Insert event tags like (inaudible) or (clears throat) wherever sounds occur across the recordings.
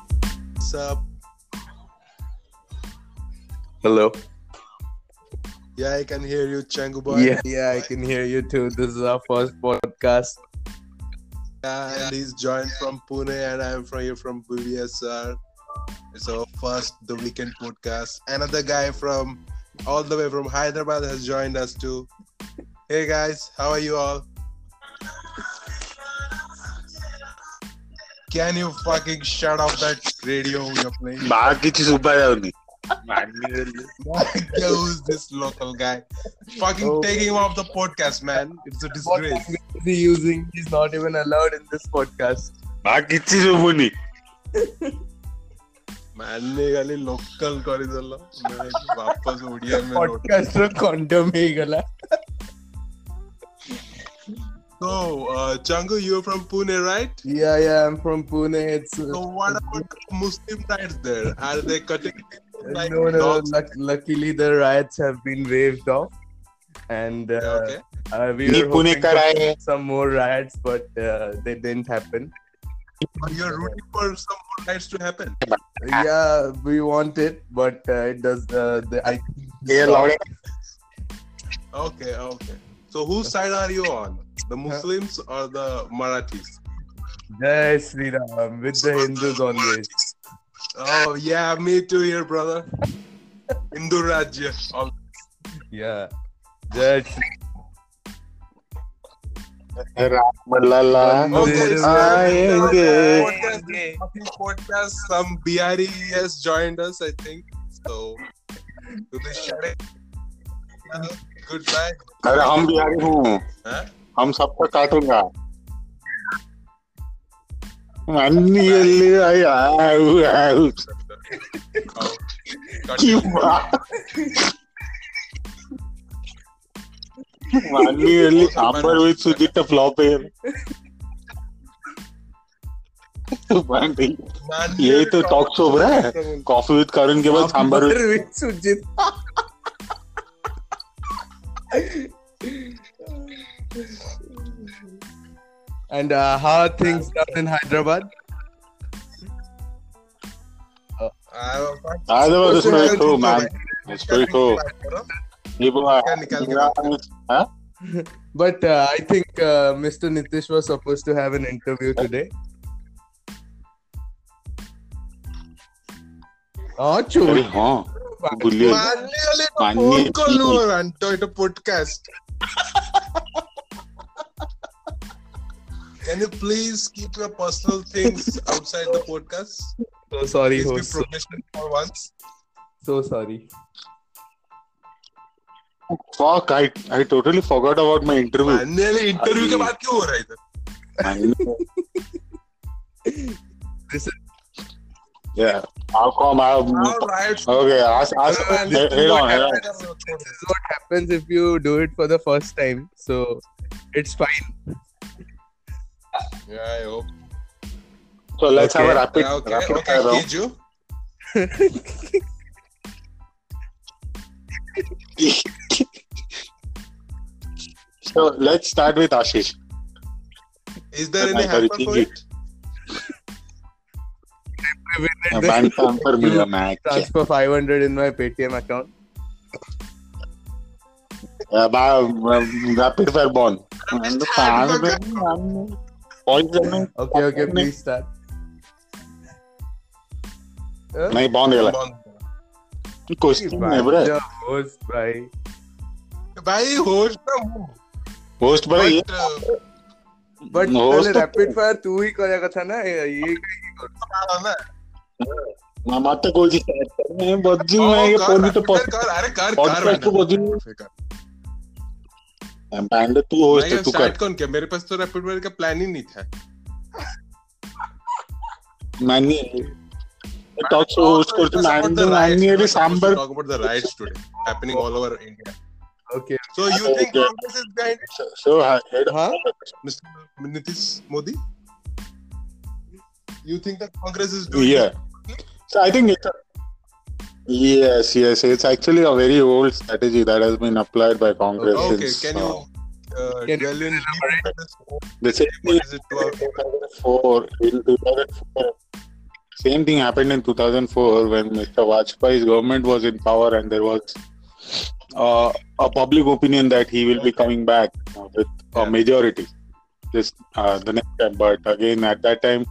What's up? Hello. Yeah, I can hear you, Changu boy. Yeah, yeah, I can hear you too. This is our first podcast. Yeah, and he's joined from Pune, and I'm from here from BVSR. It's our first the weekend podcast. Another guy from all the way from Hyderabad has joined us too. Hey guys, how are you all? Can you fucking shut off that radio you're playing? ബാക്കിച്ച് സുബ്ബാരാവുന്നു Yeah, Who's this local guy? Fucking Oh. taking him off the podcast, man. It's a What disgrace. language is he using? He's not even allowed in this podcast. ബാക്കിച്ച് സുബുനി मैंने खाली local करी देला मैं वापस उड़िया में लौट Podcast का condom ही गला. तो Changu you are from Pune right Yeah, yeah, I'm from Pune. It's uh, So what about Muslim rights there? Are they cutting people like uh, no, no. dogs? Luck, luckily, the riots have been waved off, and uh, Yeah, okay. uh, we നീ were hoping for പുനേക്കാരായ some more riots, but uh, they didn't happen. But you're rooting for some more rights to happen. Ah. Yeah, we want it, but uh, it does. Uh, the, I think Okay, okay. So whose side are you on? The Muslims or the Marathis? Jai Sri Ram with the Hindus always. Oh yeah, me too here, brother. Hindu Rajya. all- Yeah. Jai Sri Ramlalla Okay, so ആയെങ്കെ podcast, fucking podcast, some BRE has joined us, I think. So, to the share. Goodbye. अरे हम बिहारी हूँ Huh? हम सबको काटूंगा മഞ്ഞിയല്ലേ ആവു ആവു Oh, got की you. മഞ്ഞിയല്ലേ sambar വെച്ച് സുജിട്ട ഫ്ലോപ്പ് तो ചെയ്യുന്നു Man, यही तो टॉक शो है कॉफी विद करुण के बाद sambar with- with Sujit. and uh, how are things done in Hyderabad? Ah, fuck. Ah, that was Social pretty cool, distancing, man. It's pretty cool. People are निकाल- निकाल के बात But uh, I think uh, Mr. Nitish was supposed to have an interview today. Oh, अरे chul. हाँ गुल्ली Man, really, the Man, phone really. call over until the podcast. Can you please keep your personal things outside the podcast? So sorry, Please be host. So, professional for once. so sorry. fuck I I totally forgot about my interview. Man, really, interview के अरे। बाद क्यों हो रहा है इधर? (laughs) Yeah. How come I Now riots okay? Ask ask. Man, Hey, hey, what on, hey, on. happened on the phone? This is what happens if you do it for the first time. So it's fine. Yeah, I hope. So let's have a Okay. rapid Yeah, okay, rapid okay, fire round. Kiju. So let's start with Ashish. Is there any I'm sorry, hamper for Kiju. it? And then (laughs) Ban tamper mila match. transfer 500 in my Paytm account. Yeah, Uh, ba- ba- Rapid fire ball. Man, the fans, man. Poison. Okay, okay, please start. Huh? नहीं bond गया Bond. Question नहीं bro The host, bhai. भाई होश ना हूँ host बड़ा ये But, uh, But Host पहले तो- रैपिड फायर तू ही करेगा था ना ये ये हाँ ना। मामा तो कोई स्टार्ट कर रहे हैं बज्जू मैं ये कर, पोनी तो कर, कर, अरे कर कर पॉडकास्ट को मैडम। बज्जू कर। बैंड तू होस्ट भाई है अब तू कर start कौन किया मेरे पास तो रैपिड फायर का प्लान ही नहीं था मैंने टॉक शो होस्ट करते Oh, Talk about मैंने the riots. मैंने ये Talk सांबर about the riots today happening all over India. okay. So you think Okay. Congress is behind it, so head Huh? Mr. Nitish Modi? You think that Congress is doing yeah so i think it's a, yes yes it's actually a very old strategy that has been applied by congress Okay, since can you uh, uh, Can you dwell in elaborate? the same what is it to our in 2004 in 2004 Same thing happened in 2004 when Mr. Vajpayee's government was in power and there was uh, a public opinion that he will be coming back uh, with Yeah. a majority this uh, the next time. But again, at that time,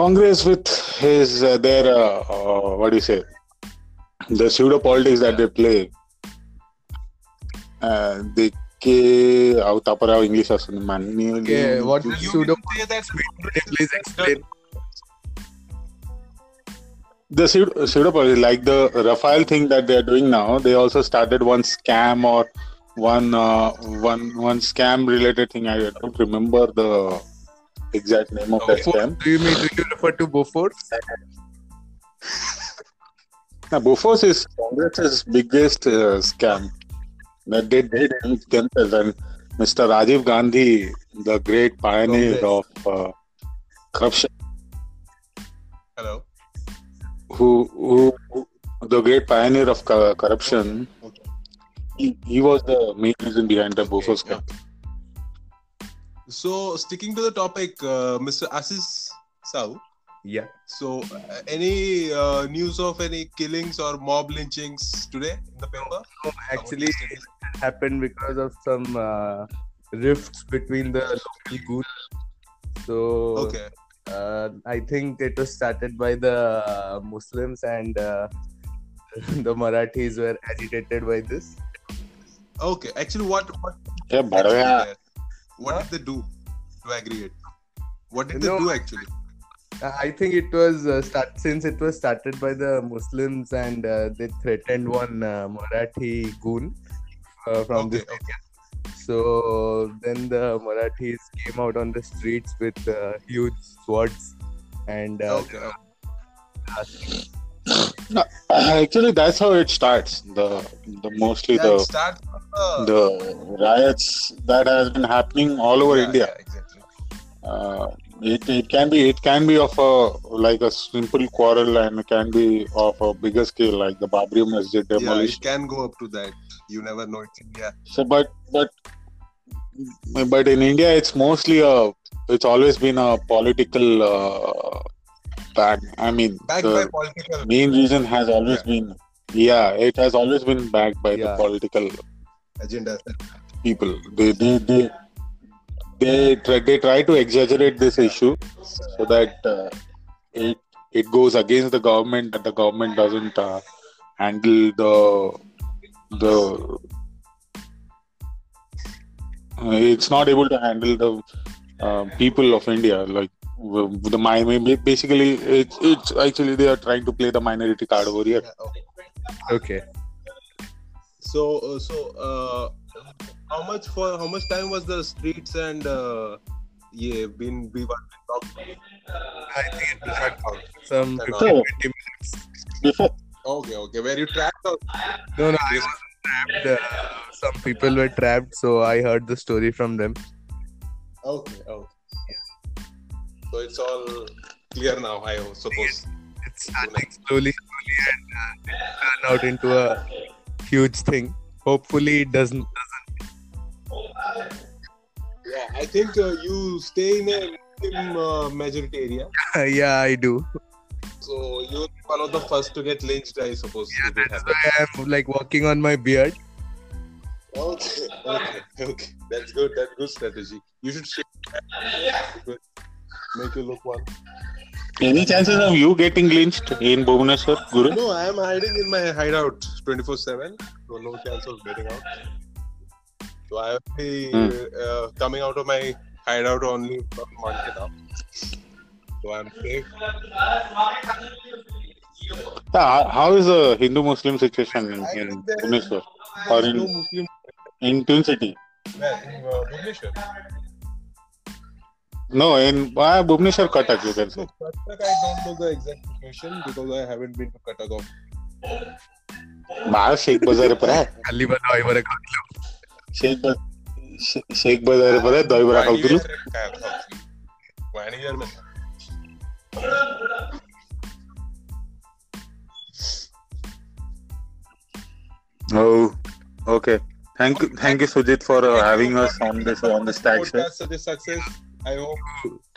Congress with his uh, their uh, uh, what do you say the pseudo politics that they play. Uh, they के अवतापराव English असून माननीय Okay, what is You pseudo? can say that Please explain. the pseudo, pseudo policy, like the Rafael thing that they are doing now, they also started one scam or one uh, one one scam related thing. I don't remember the exact name of that Okay. scam. Do you mean do you refer to Bofors? Now, Bofors is Congress's biggest uh, scam that they did themselves, and Mr. Rajiv Gandhi, the great pioneer Congress. of uh, corruption. Hello. who, who, who the great pioneer of co- corruption. Okay. He, he was the main reason behind the Bofors Okay, yeah. scam. So sticking to the topic, uh, Mr. Asis Sau. Yeah. So uh, any uh, news of any killings or mob lynchings today in the paper? Actually, it happened because of some uh, rifts between the local groups. So Okay. uh, I think it was started by the uh, Muslims and uh, (laughs) the Marathis were agitated by this. Okay. Actually, what what Yeah, uh, Bhargava. what did they do to aggregate? What did they No. do actually? Uh, I think it was uh, start since it was started by the Muslims and uh, they threatened one uh, Marathi goon uh, from Okay. this Okay. So then the Marathis came out on the streets with uh, huge swords and uh, okay. (clears throat) Actually, that's how it starts. The the mostly Yeah, it the starts from the, the riots that has been happening all over Yeah, India. yeah, exactly. Uh, it, it can be it can be of a like a simple quarrel and it can be of a bigger scale like the Babri Masjid Yeah, demolition. it can go up to that. You never know. It's India. So, but but but in India, it's mostly a. It's always been a political uh, ban. I mean, Backed by the political. main reason has always been. Yeah, it has always been backed by Yeah. the political agenda. people. They they they they try, they try to exaggerate this issue so that uh, it it goes against the government that the government doesn't uh, handle the the uh, it's not able to handle the uh, people of India like w- the mi- basically it's it's actually they are trying to play the minority card over here. Yeah, okay. okay. So uh, so uh, how much for how much time was the streets and uh, yeah been we were locked? I think it was not count. Some Not 15, count. 20 minutes. Before Okay okay where you trapped out? No, no, I wasn't trapped. Uh, some people were trapped, so I heard the story from them. Okay okay. So it's all clear now. I suppose. It's starting slowly, slowly, and uh, it turned out into a huge thing. Hopefully, it doesn't. Yeah, I think uh, you stay in a Muslim uh, majority area, Uh, yeah, I do. so you're one of the first to get lynched. I suppose. Yeah, if it that's happens. why I'm like working on my beard. Okay, okay, okay. That's good. That's good strategy. You should shake that. Good. Make you look one. any chances of you getting lynched in Bhubaneswar, Guru? No, I am hiding in my hideout 24 7. So, no chance of getting out. So, I will be uh, coming out of my hideout only from Monday now. So, I'm safe. Yeah, how is the Hindu Muslim situation in, I in think there is- Bhubaneswar? Or There's in, no Muslim in Twin City? man in uh, Bhubaneswar. No, in uh, Bhubaneswar, Katak, you can say. No, Katak, I don't know the exact situation because I haven't been to Katak. of- बाहर शेख बाजार पर है Ali wala I wala ka- Sheikh बाजार शे- शेख बाजार पर है दही बड़ा खाओ Tulu Vaniyar and Kayak House. Vaniyar mein. Oh, oh okay thank you thank you Sujit for having us on this on this tag Podcast such a success. I hope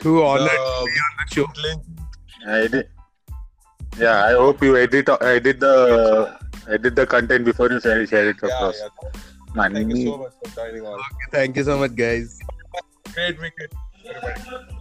Too honored the to be on the show. link I did Yeah, I hope you edit uh, edit the edit the content before you share, share it Yeah, across. yeah. Man, Thank you so much for joining on. Thank you so much, guys. Great weekend. everybody.